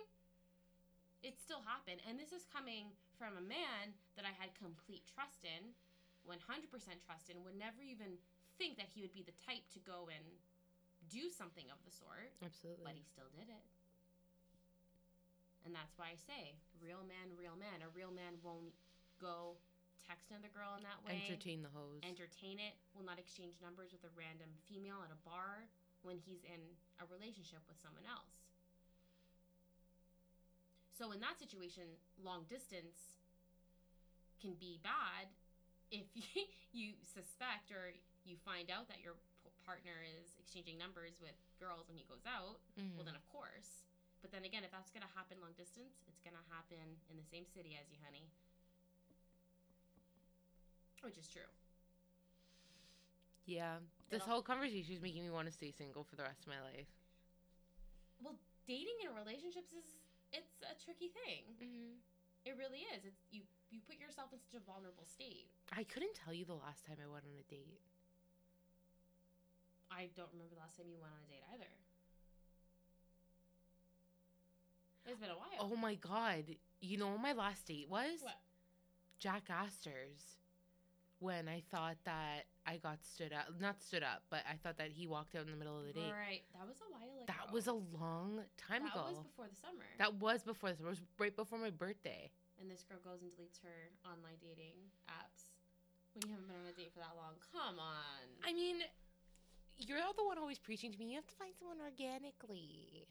A: it still happened and this is coming from a man that I had complete trust in 100% trust in would never even think that he would be the type to go and do something of the sort
B: Absolutely.
A: but he still did it. And that's why I say, real man, real man. A real man won't go text another girl in that way.
B: Entertain the hoes.
A: Entertain it. Will not exchange numbers with a random female at a bar when he's in a relationship with someone else. So in that situation, long distance can be bad if you, you suspect or you find out that your p- partner is exchanging numbers with girls when he goes out.
B: Mhm.
A: Well, then of course. But then again, if that's gonna happen long distance, it's gonna happen in the same city as you, honey. Which is true.
B: yeah. This
A: I'll-
B: whole conversation is making me want to stay single for the rest of my life.
A: Well, dating in relationships is it's a tricky thing.
B: Mm-hmm.
A: It really is. It's you you put yourself in such a vulnerable state.
B: I couldn't tell you the last time I went on a date.
A: I don't remember the last time you went on a date either. It's been a while.
B: Oh my god. You know what my last date was?
A: What?
B: Jack Astor's. When I thought that I got stood up, not stood up, but I thought that he walked out in the middle of the date.
A: Right. That was a while ago.
B: That was a long time
A: That
B: ago.
A: was before the summer.
B: that was before this. It was right before my birthday.
A: and this girl goes and deletes her online dating apps when you haven't been on a date for that long. Come on.
B: I mean, you're the one always preaching to me. You have to find someone organically.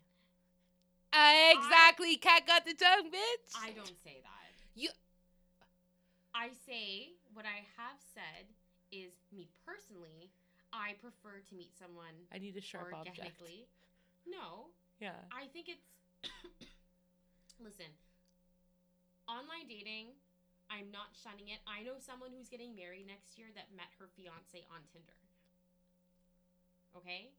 B: exactly. Cat got the tongue, bitch.
A: I don't say that.
B: You-
A: I say what I have said is me personally. I prefer to meet someone
B: I need a sharp object.
A: organically. No,
B: Yeah.
A: I think it's. listen, online dating. I'm not shunning it. I know someone who's getting married next year that met her fiance on Tinder. Okay,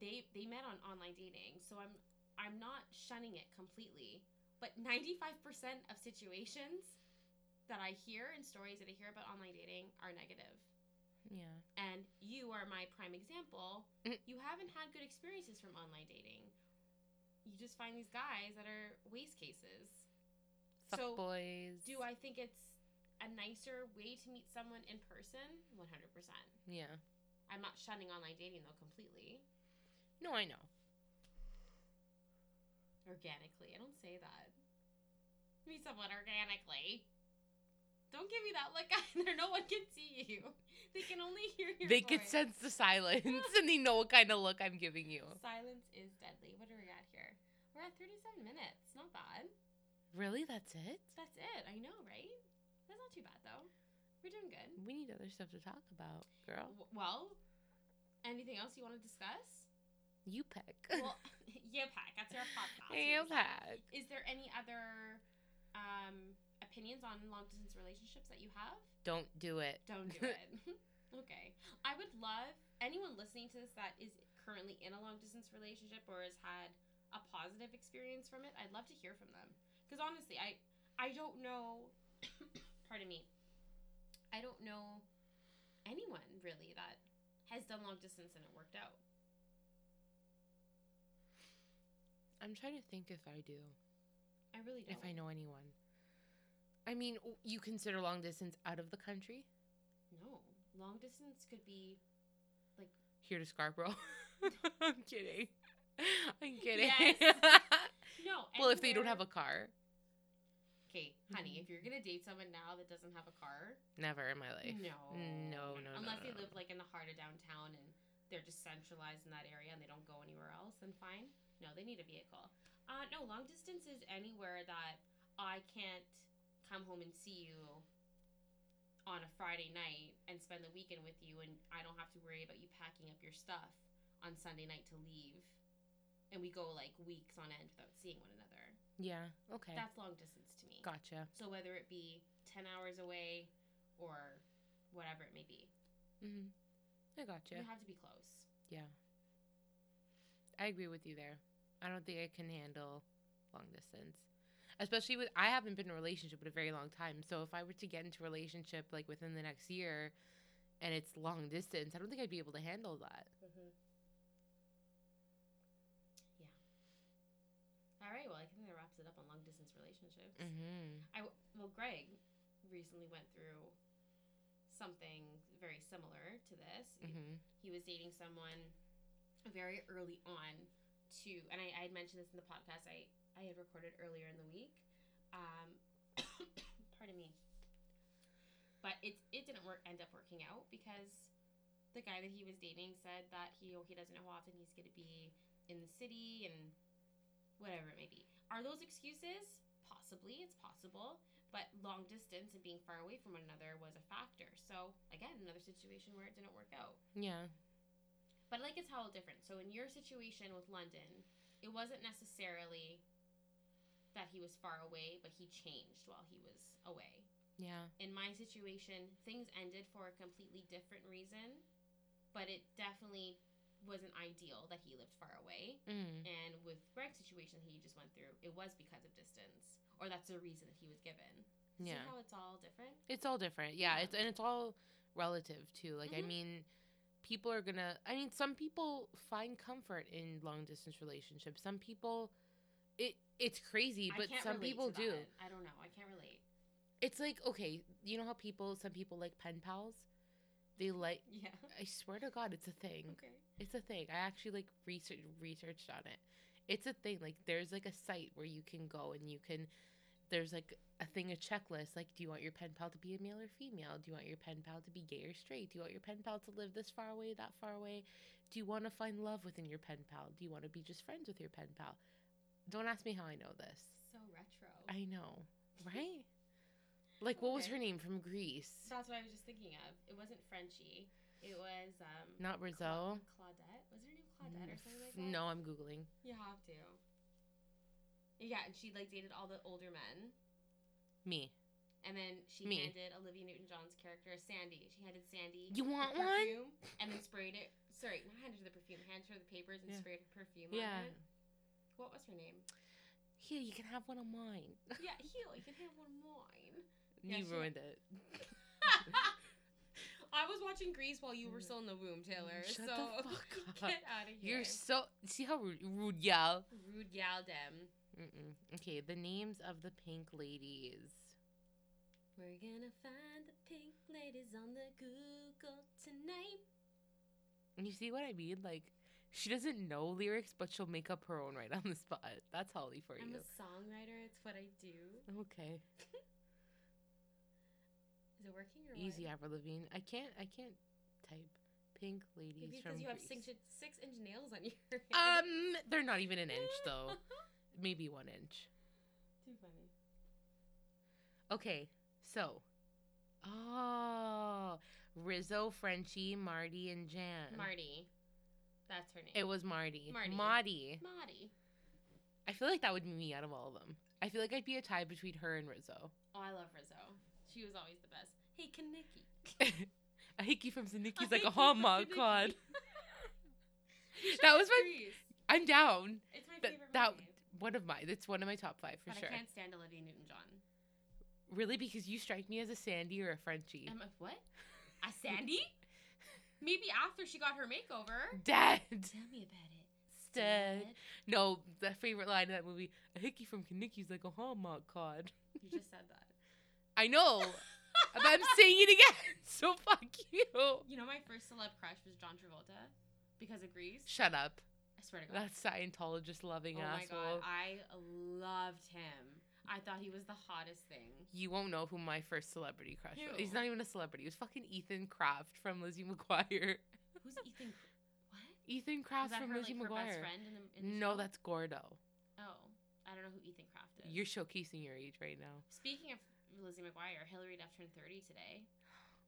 A: they they met on online dating, so I'm I'm not shunning it completely. But 95% of situations that I hear and stories that I hear about online dating are negative
B: Yeah.
A: and you are my prime example.
B: Mm.
A: You haven't had good experiences from online dating. You just find these guys that are waste cases.
B: Fuck
A: so,
B: boys.
A: do I think it's a nicer way to meet someone in person? 100%.
B: Yeah.
A: I'm not shunning online dating though completely.
B: No, I know.
A: Organically. I don't say that. Meet someone organically. Don't give me that look either. No one can see you. They can only hear your
B: they can
A: voice.
B: sense the silence and they know what kind of look I'm giving you.
A: Silence is deadly. What are we at here? We're at 37 minutes. Not bad.
B: Really? That's it?
A: That's it. I know, right? That's not too bad, though. We're doing good.
B: We need other stuff to talk about, girl.
A: W- well, anything else you want to discuss?
B: You pick.
A: Well, yeah, pack. That's our podcast.
B: you pick.
A: Is there any other um, opinions on long distance relationships that you have?
B: Don't do it.
A: Don't do it. okay. I would love anyone listening to this that is currently in a long distance relationship or has had a positive experience from it. I'd love to hear from them because honestly, I I don't know. pardon me. I don't know anyone really that has done long distance and it worked out.
B: I'm trying to think if I do.
A: I really don't.
B: If I know anyone. I mean, w- you consider long distance out of the country?
A: No, long distance could be.
B: Here to Scarborough. I'm kidding. I'm kidding.
A: Yes. No.
B: well, if they don't have
A: anywhere-
B: a Mm-hmm. car,
A: Okay, honey, if you're gonna date someone now that doesn't have a car,
B: never in my life.
A: No.
B: No, no, no.
A: Unless
B: no,
A: they
B: no.
A: live like in the heart of downtown and they're just centralized in that area and they don't go anywhere else, then fine. No, they need a vehicle. Uh, no, long distance is anywhere that I can't come home and see you on a Friday night and spend the weekend with you, and I don't have to worry about you packing up your stuff on Sunday night to leave. And we go like weeks on end without seeing one another.
B: Yeah. Okay.
A: That's long distance to me.
B: gotcha.
A: So whether it be 10 hours away or whatever it may be,
B: hmm I gotcha.
A: you have to be close.
B: Yeah. I agree with you there. I don't think I can handle long distance. Especially with I haven't been in a relationship in a very long time. So if I were to get into a relationship like within the next year and it's long distance, I don't think I'd be able to handle that.
A: All right, well, I think that wraps it up on long distance relationships.
B: Mhm.
A: I w- well, Greg recently went through something very similar to this.
B: Mhm.
A: He was dating someone very early on to, and I, I had mentioned this in the podcast I, I had recorded earlier in the week. Um, pardon me. But it, it didn't work, end up working out because the guy that he was dating said that he, he doesn't know how often he's going to be in the city and whatever it may be. Are those excuses? Possibly, it's possible. But long distance and being far away from one another was a factor. So, again, another situation where it didn't work out.
B: Yeah.
A: But I like it's all different. So, in your situation with London, it wasn't necessarily that he was far away, but he changed while he was away
B: Yeah.
A: in my situation, things ended for a completely different reason, but it definitely wasn't ideal that he lived far away.
B: Mm.
A: And with Greg's situation he just went through, it was because of distance, or that's the reason that he was given.
B: Yeah.
A: See how it's all different?
B: It's all different. Yeah,
A: Yeah.
B: it's and it's all relative too. Like
A: Mhm.
B: I mean, people are going to I mean, some people find comfort in long distance relationships. Some people it it's crazy,
A: I
B: but
A: can't
B: some
A: relate
B: people
A: to
B: do.
A: that. I don't know. I can't relate.
B: It's like okay, you know how people some people like pen pals? They like
A: Yeah.
B: I swear to god it's a thing.
A: Okay.
B: It's a thing. I actually like research researched on it. It's a thing. Like there's like a site where you can go and you can there's like a thing a checklist like do you want your pen pal to be a male or female? Do you want your pen pal to be gay or straight? Do you want your pen pal to live this far away, that far away? Do you want to find love within your pen pal? Do you want to be just friends with your pen pal? Don't ask me how I know this.
A: So retro.
B: I know, right? Like what was
A: Okay.
B: her name from Greece?
A: That's what I was just thinking of. It wasn't Frenchie. It was um.
B: Not
A: Cla-
B: Rizzo.
A: Claudette. Was her name Claudette or something like that?
B: No, I'm googling.
A: You have to. Yeah, and she like dated all the older men,
B: Me.
A: and then she
B: Me.
A: handed Olivia Newton-John's character Sandy. She handed Sandy
B: You
A: the
B: want one?
A: perfume, and then sprayed it. Sorry, not handed her the perfume. Handed her the papers and
B: Yeah.
A: sprayed perfume.
B: Yeah.
A: On it. What was her name?
B: Here, you can have one of mine.
A: yeah, heal. You can have one of mine. Yeah,
B: you
A: she-
B: ruined it.
A: I was watching Grease while you were still in the womb, Taylor.
B: Mm. Shut
A: so
B: the fuck up.
A: get out of here.
B: You're so. See how rude, rude y'all.
A: rude gal dem.
B: Mm-mm. Okay, the names of the pink ladies.
A: We're gonna find the pink ladies on the Google tonight.
B: You see what I mean? Like, she doesn't know lyrics, but she'll make up her own right on the spot. That's Holly for
A: I'm
B: you.
A: a songwriter. It's what I do.
B: Okay,
A: Is it working or
B: easy,
A: What?
B: Avril Lavigne. I can't. I can't type pink ladies
A: Maybe
B: from
A: because you have
B: Greece.
A: six, six inch nails on your. Hand.
B: Um, they're not even an inch though. Uh-huh. Maybe one inch.
A: Too funny.
B: Okay, so. Oh, Rizzo, Frenchie, Marty, and Jan.
A: Marty, that's her name.
B: It was Marty.
A: Marty.
B: Marty.
A: Marty.
B: I feel like that would be me out of all of them. I feel like I'd be a tie between her and Rizzo.
A: Oh, I love Rizzo. She was always the best. Hey, Kaneki.
B: a hickey from Zanicki's
A: A
B: like "Oh a
A: hickey from
B: hallmark
A: Zanicki.
B: card.
A: We should
B: That
A: do
B: was my-
A: Grease.
B: I'm down.
A: It's my
B: That
A: favorite
B: that
A: movie.
B: one of my that's one of my top five for
A: but
B: sure.
A: I can't stand Olivia Newton-John.
B: Really, because you strike me as a Sandy or a Frenchie.
A: I'm a what? A Sandy? Maybe after she got her makeover.
B: Dead.
A: Tell me about it.
B: Dead. No, the favorite line of that movie. A hickey from Kanicki's like a hallmark card.
A: You just said that.
B: I know. but I'm saying it again. So fuck you.
A: You know, my first celeb crush was John Travolta because of Grease.
B: Shut up.
A: I swear to God.
B: That Scientologist loving
A: oh
B: asshole.
A: my God, I loved him. I thought he was the hottest thing.
B: You won't know who my first celebrity crush was. He's
A: Who?
B: not even a celebrity. He was fucking Ethan Kraft from Lizzie McGuire.
A: Who's Ethan? What?
B: Ethan
A: Is
B: Kraft
A: that
B: from
A: her,
B: Lizzie
A: like, her best
B: McGuire.
A: friend in the, in the
B: No,
A: show?
B: that's Gordo.
A: Oh, I don't know who Ethan Kraft is.
B: You're showcasing your age right now.
A: Speaking of Lizzie McGuire, Hillary Duff turned 30 today.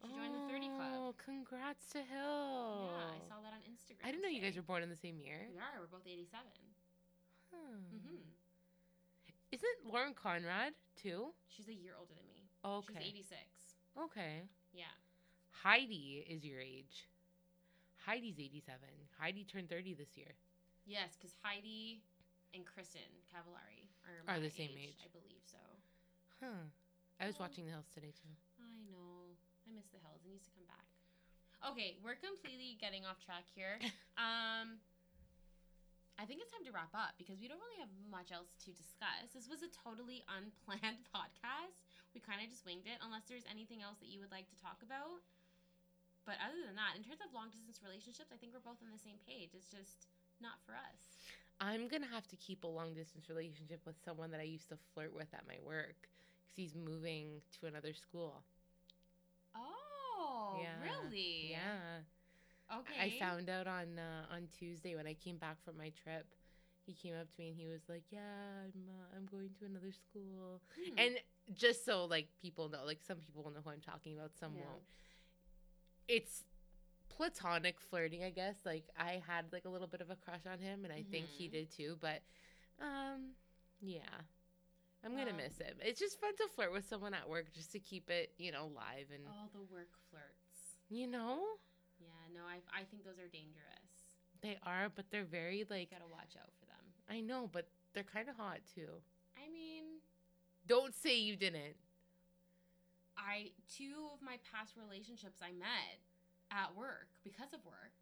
A: She joined the 30 Club.
B: Oh, congrats to Hill.
A: Yeah, I saw that on Instagram.
B: Oh. I didn't know you guys
A: today.
B: were born in the same year.
A: We are. We're both 87.
B: Huh. Mm-hmm.
A: hmm
B: Isn't Lauren Conrad too?
A: She's a year older than me.
B: Okay.
A: She's 86.
B: Okay.
A: Yeah.
B: Heidi is your age. Heidi's 87. Heidi turned 30 this year.
A: Yes, because Heidi and Kristen Cavallari are,
B: Are
A: my
B: the same age.
A: I believe so.
B: Huh. I was
A: Oh.
B: watching The Hills today too.
A: I know. I miss the hills. It needs to come back. Okay, we're completely getting off track here. Um, I think it's time to wrap up because we don't really have much else to discuss. This was a totally unplanned podcast. We kind of just winged it, unless there's anything else that you would like to talk about. But other than that, in terms of long distance relationships, I think we're both on the same page. It's just not for us.
B: I'm gonna have to keep a long distance relationship with someone that I used to flirt with at my work because he's moving to another school.
A: Oh,
B: Yeah,
A: really?
B: Yeah,
A: Okay.
B: I found out on uh, on Tuesday when I came back from my trip. He came up to me and he was like, "Yeah, I'm uh, I'm going to another school."
A: Hmm.
B: And just so like people know, like some people will know who I'm talking about, some
A: Yeah.
B: won't. It's platonic flirting, I guess. Like I had like a little bit of a crush on him, and I think he
A: Mhm.
B: did too. But um, yeah, I'm gonna
A: Well-
B: miss him. It's just fun to flirt with someone at work, just to keep it, you know, live and
A: all the work flirts.
B: you know
A: Yeah, no, I, I think those are dangerous.
B: they are, but they're very
A: You
B: like
A: gotta watch out for them.
B: I know, but they're kind of hot too.
A: I mean,
B: Don't say you didn't.
A: I two of my past relationships I met at work because of work.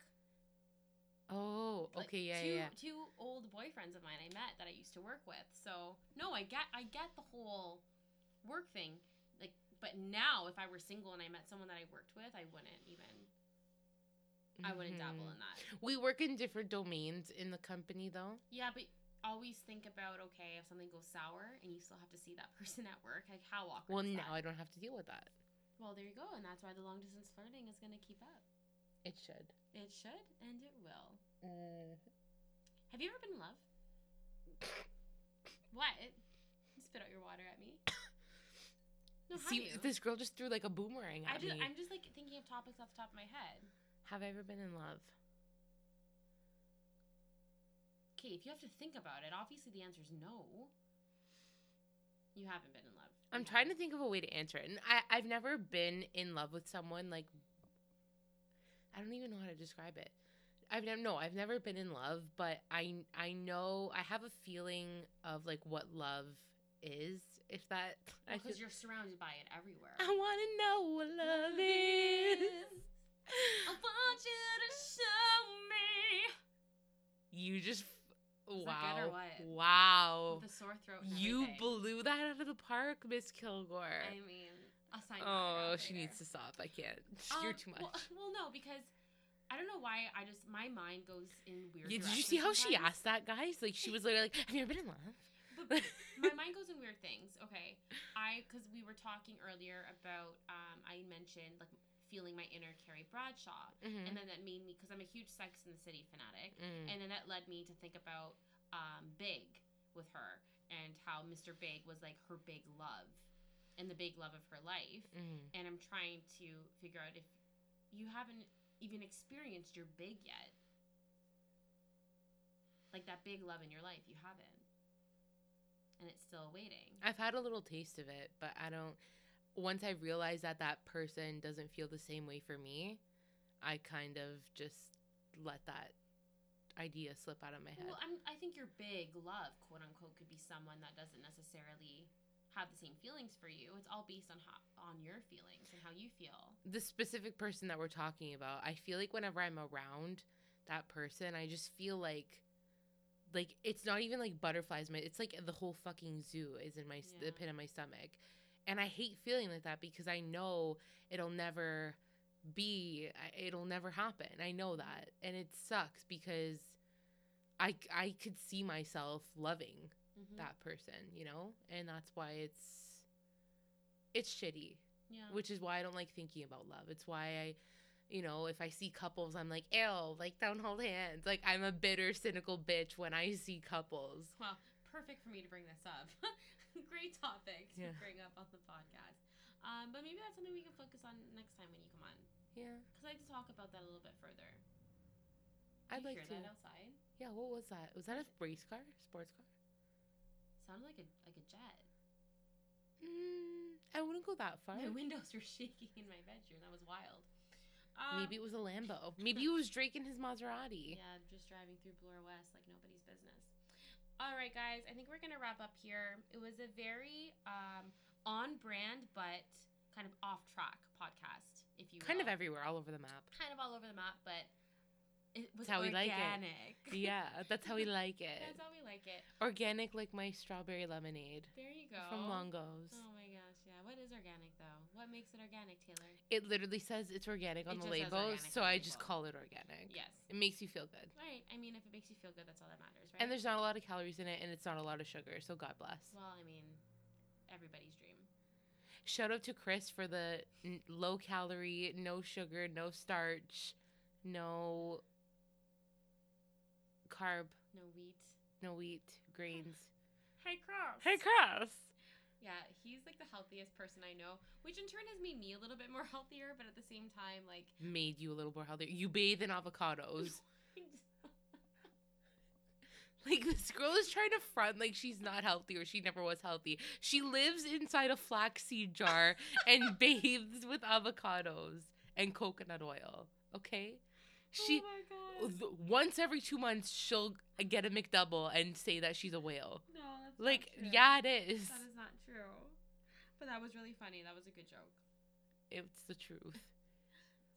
B: Oh,
A: Like,
B: okay, yeah,
A: two,
B: yeah. yeah.
A: two old boyfriends of mine I met that I used to work with. So no, I get I get the whole work thing. Like, but now if I were single and I met someone that I worked with, I wouldn't even I wouldn't dabble
B: Mhm.
A: in that.
B: We work in different domains in the company, though.
A: Yeah, but always think about okay if something goes sour and you still have to see that person at work. Like how awkward.
B: Well,
A: is
B: now
A: that?
B: I don't have to deal with that.
A: Well, there you go, and that's why the long distance flirting is going to keep up.
B: It should.
A: It should and it will.
B: Mm.
A: Have you ever been in love? What? Spit out your water at me. No, have
B: See,
A: you?
B: this girl just threw like a boomerang
A: I
B: at
A: just,
B: me.
A: I'm just like thinking of topics off the top of my head.
B: Have I ever been in love?
A: Okay, if you have to think about it, obviously the answer is no. You haven't been in love.
B: I'm
A: You
B: trying to
A: haven't.
B: think of a way to answer it. And I, I've never been in love with someone like I don't even know how to describe it. I've never no, I've never been in love, but I I know I have a feeling of like what love is, if that I
A: because
B: feel-
A: you're surrounded by it everywhere.
B: I wanna know what love is.
A: I want you to show me.
B: You just f-
A: that good or
B: wow.
A: what?
B: Wow.
A: With a sore throat. And
B: Oh. You
A: everything.
B: blew that out of the park, Miss Kilgore.
A: I mean, I'll sign. your
B: Oh,
A: autograph
B: she
A: later.
B: needs to stop. I can't.
A: Um,
B: You're too much.
A: Well, well, no, because I don't know why I just my mind goes in weird.
B: Yeah, did you
A: directions
B: see how she
A: sometimes.
B: asked that, guys? Like she was literally like, "Have you ever been in love?"
A: But my mind goes in weird things. Okay, I because we were talking earlier about um, I mentioned like feeling my inner Carrie Bradshaw,
B: Mhm.
A: and then that made me because I'm a huge Sex in the City fanatic,
B: Mm.
A: and then that led me to think about um, Big with her and how Mr. Big was like her big love and the big love of her life.
B: Mm.
A: and I'm trying to figure out if you haven't even experienced your big yet. Like that big love in your life, you haven't. And it's still waiting.
B: I've had a little taste of it, but I don't. Once I realize that that person doesn't feel the same way for me, I kind of just let that idea slip out of my head.
A: Well, I'm, I think your big love, quote unquote, could be someone that doesn't necessarily have the same feelings for you. It's all based on how, on your feelings and how you feel.
B: the specific person that we're talking about, I feel like whenever I'm around that person, I just feel like like it's not even like butterflies my it's like the whole fucking zoo is in my s
A: Yeah.
B: the pit of my stomach. And I hate feeling like that because I know it'll never be I- it'll never happen. I know that. And it sucks because I I could see myself loving
A: Mm. Mm-hmm.
B: that person, you know? And that's why it's it's shitty
A: yeah.
B: which is why I don't like thinking about love. It's why I, you know, if I see couples, I'm like, ew, like don't hold hands. Like I'm a bitter, cynical bitch when I see couples.
A: Well, perfect for me to bring this up. Great topic to
B: Yeah.
A: bring up on the podcast. Um, but maybe that's something we can focus on next time when you come on.
B: Yeah,
A: Because I like to talk about that a little bit further. Did you
B: I'd like
A: hear
B: to.
A: that outside?
B: Yeah, what was that? Was that a race car, sports car?
A: Sounded like a like a jet.
B: Mm, I wouldn't go that far.
A: My windows were shaking in my bedroom. That was wild. Um,
B: Maybe it was a Lambo. Maybe it was Drake and his Maserati.
A: Yeah, just driving through Bloor West like nobody's business. All right, guys, I think we're gonna wrap up here. It was a very um, on brand but kind of off track podcast, if you
B: Kind of
A: will.
B: everywhere, all over the map.
A: kind of all over the map, but it was
B: It's how we like it.
A: organic.
B: Yeah, that's how we like it.
A: That's how we like it.
B: Organic, like my strawberry lemonade
A: There you go.
B: from Longo's.
A: Oh my gosh, yeah. What is organic though? What makes it organic, Taylor?
B: It literally says it's organic on
A: It
B: the
A: just says
B: label,
A: organic
B: so
A: on the
B: I just
A: label.
B: call it organic.
A: Yes.
B: It makes you feel good.
A: Right. I mean, if it makes you feel good, that's all that matters, right?
B: And there's not a lot of calories in it, and it's not a lot of sugar, so God bless.
A: well, I mean, everybody's dream.
B: Shout out to Chris for the n- low calorie, no sugar, no starch, no carb,
A: No wheat.
B: no wheat, grains.
A: Hey, Cross.
B: Hey, Chris!
A: Yeah, he's like the healthiest person I know, which in turn has made me a little bit more healthier, but at the same time, like,
B: Made you a little more healthy. You bathe in avocados.
A: Oh
B: Like this girl is trying to front like she's not healthy or she never was healthy. She lives inside a flaxseed jar and bathes with avocados and coconut oil. Okay, she
A: Oh my god.
B: th- once every two months she'll get a McDouble and say that she's a whale.
A: No, that's not
B: Like
A: true.
B: yeah, it is.
A: That is not true. But that was really funny. That was a good joke.
B: It's the truth.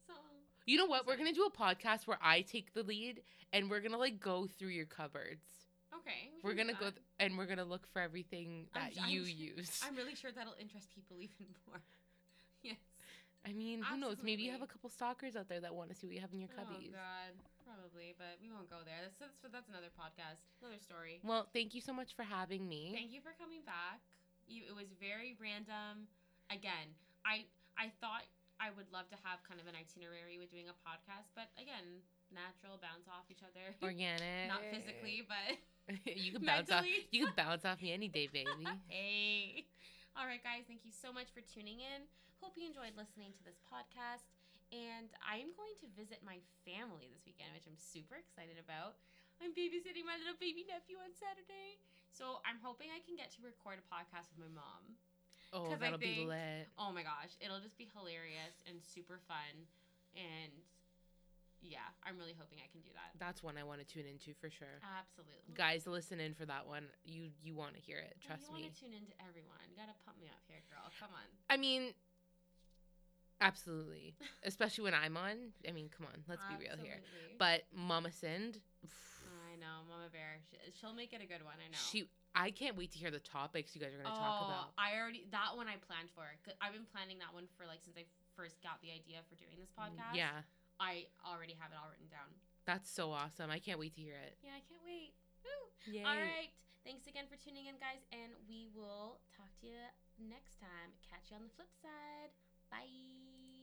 A: So
B: You know what? We're gonna do a podcast where I take the lead, and we're gonna like go through your cupboards.
A: Okay. we
B: We're
A: can
B: gonna
A: do
B: go
A: that.
B: th- and we're gonna look for everything
A: I'm
B: that
A: sh- I'm
B: you
A: sh-
B: use.
A: I'm really sure that'll interest people even more. yes.
B: I mean, who knows? Maybe you have a
A: absolutely.
B: couple stalkers out there that want to see what you have in your
A: Oh
B: cubbies.
A: God, probably, but we won't go there. That's that's, that's another podcast, another story.
B: well, thank you so much for having me.
A: Thank you for coming back. You, it was very random. Again, I I thought I would love to have kind of an itinerary with doing a podcast, but again, natural bounce off each other.
B: Organic.
A: Not physically, but
B: you can bounce off.
A: mentally.
B: You can bounce off me any day, baby.
A: hey. All right, guys, thank you so much for tuning in. Hope you enjoyed listening to this podcast. And I am going to visit my family this weekend, which I'm super excited about. I'm babysitting my little baby nephew on Saturday. So I'm hoping I can get to record a podcast with my mom.
B: Oh,
A: 'Cause I
B: that'll
A: think-
B: be lit.
A: Oh my gosh, it'll just be hilarious and super fun. And yeah, I'm really hoping I can do that.
B: That's one I want to tune into for sure.
A: Absolutely.
B: Guys, listen in for that one. You you want to hear it.
A: Oh,
B: Trust
A: you
B: me.
A: want to tune into everyone. You got to pump me up here, girl. Come on.
B: I mean, absolutely. Especially when I'm on. I mean, come on. Let's be real here.
A: Absolutely.
B: But Mama Sind,
A: I know, Mama Bear. She, she'll make it a good one. I know.
B: she. I can't wait to hear the topics you guys are going to
A: Oh,
B: talk about.
A: I already that one I planned for. 'Cause I've been planning that one for like since I first got the idea for doing this podcast.
B: Mm, Yeah,
A: I already have it all written down.
B: that's so awesome. I can't wait to hear it.
A: Yeah, I can't wait. Woo.
B: Yay.
A: All right. Thanks again for tuning in, guys, and we will talk to you next time. Catch you on the flip side. Bye.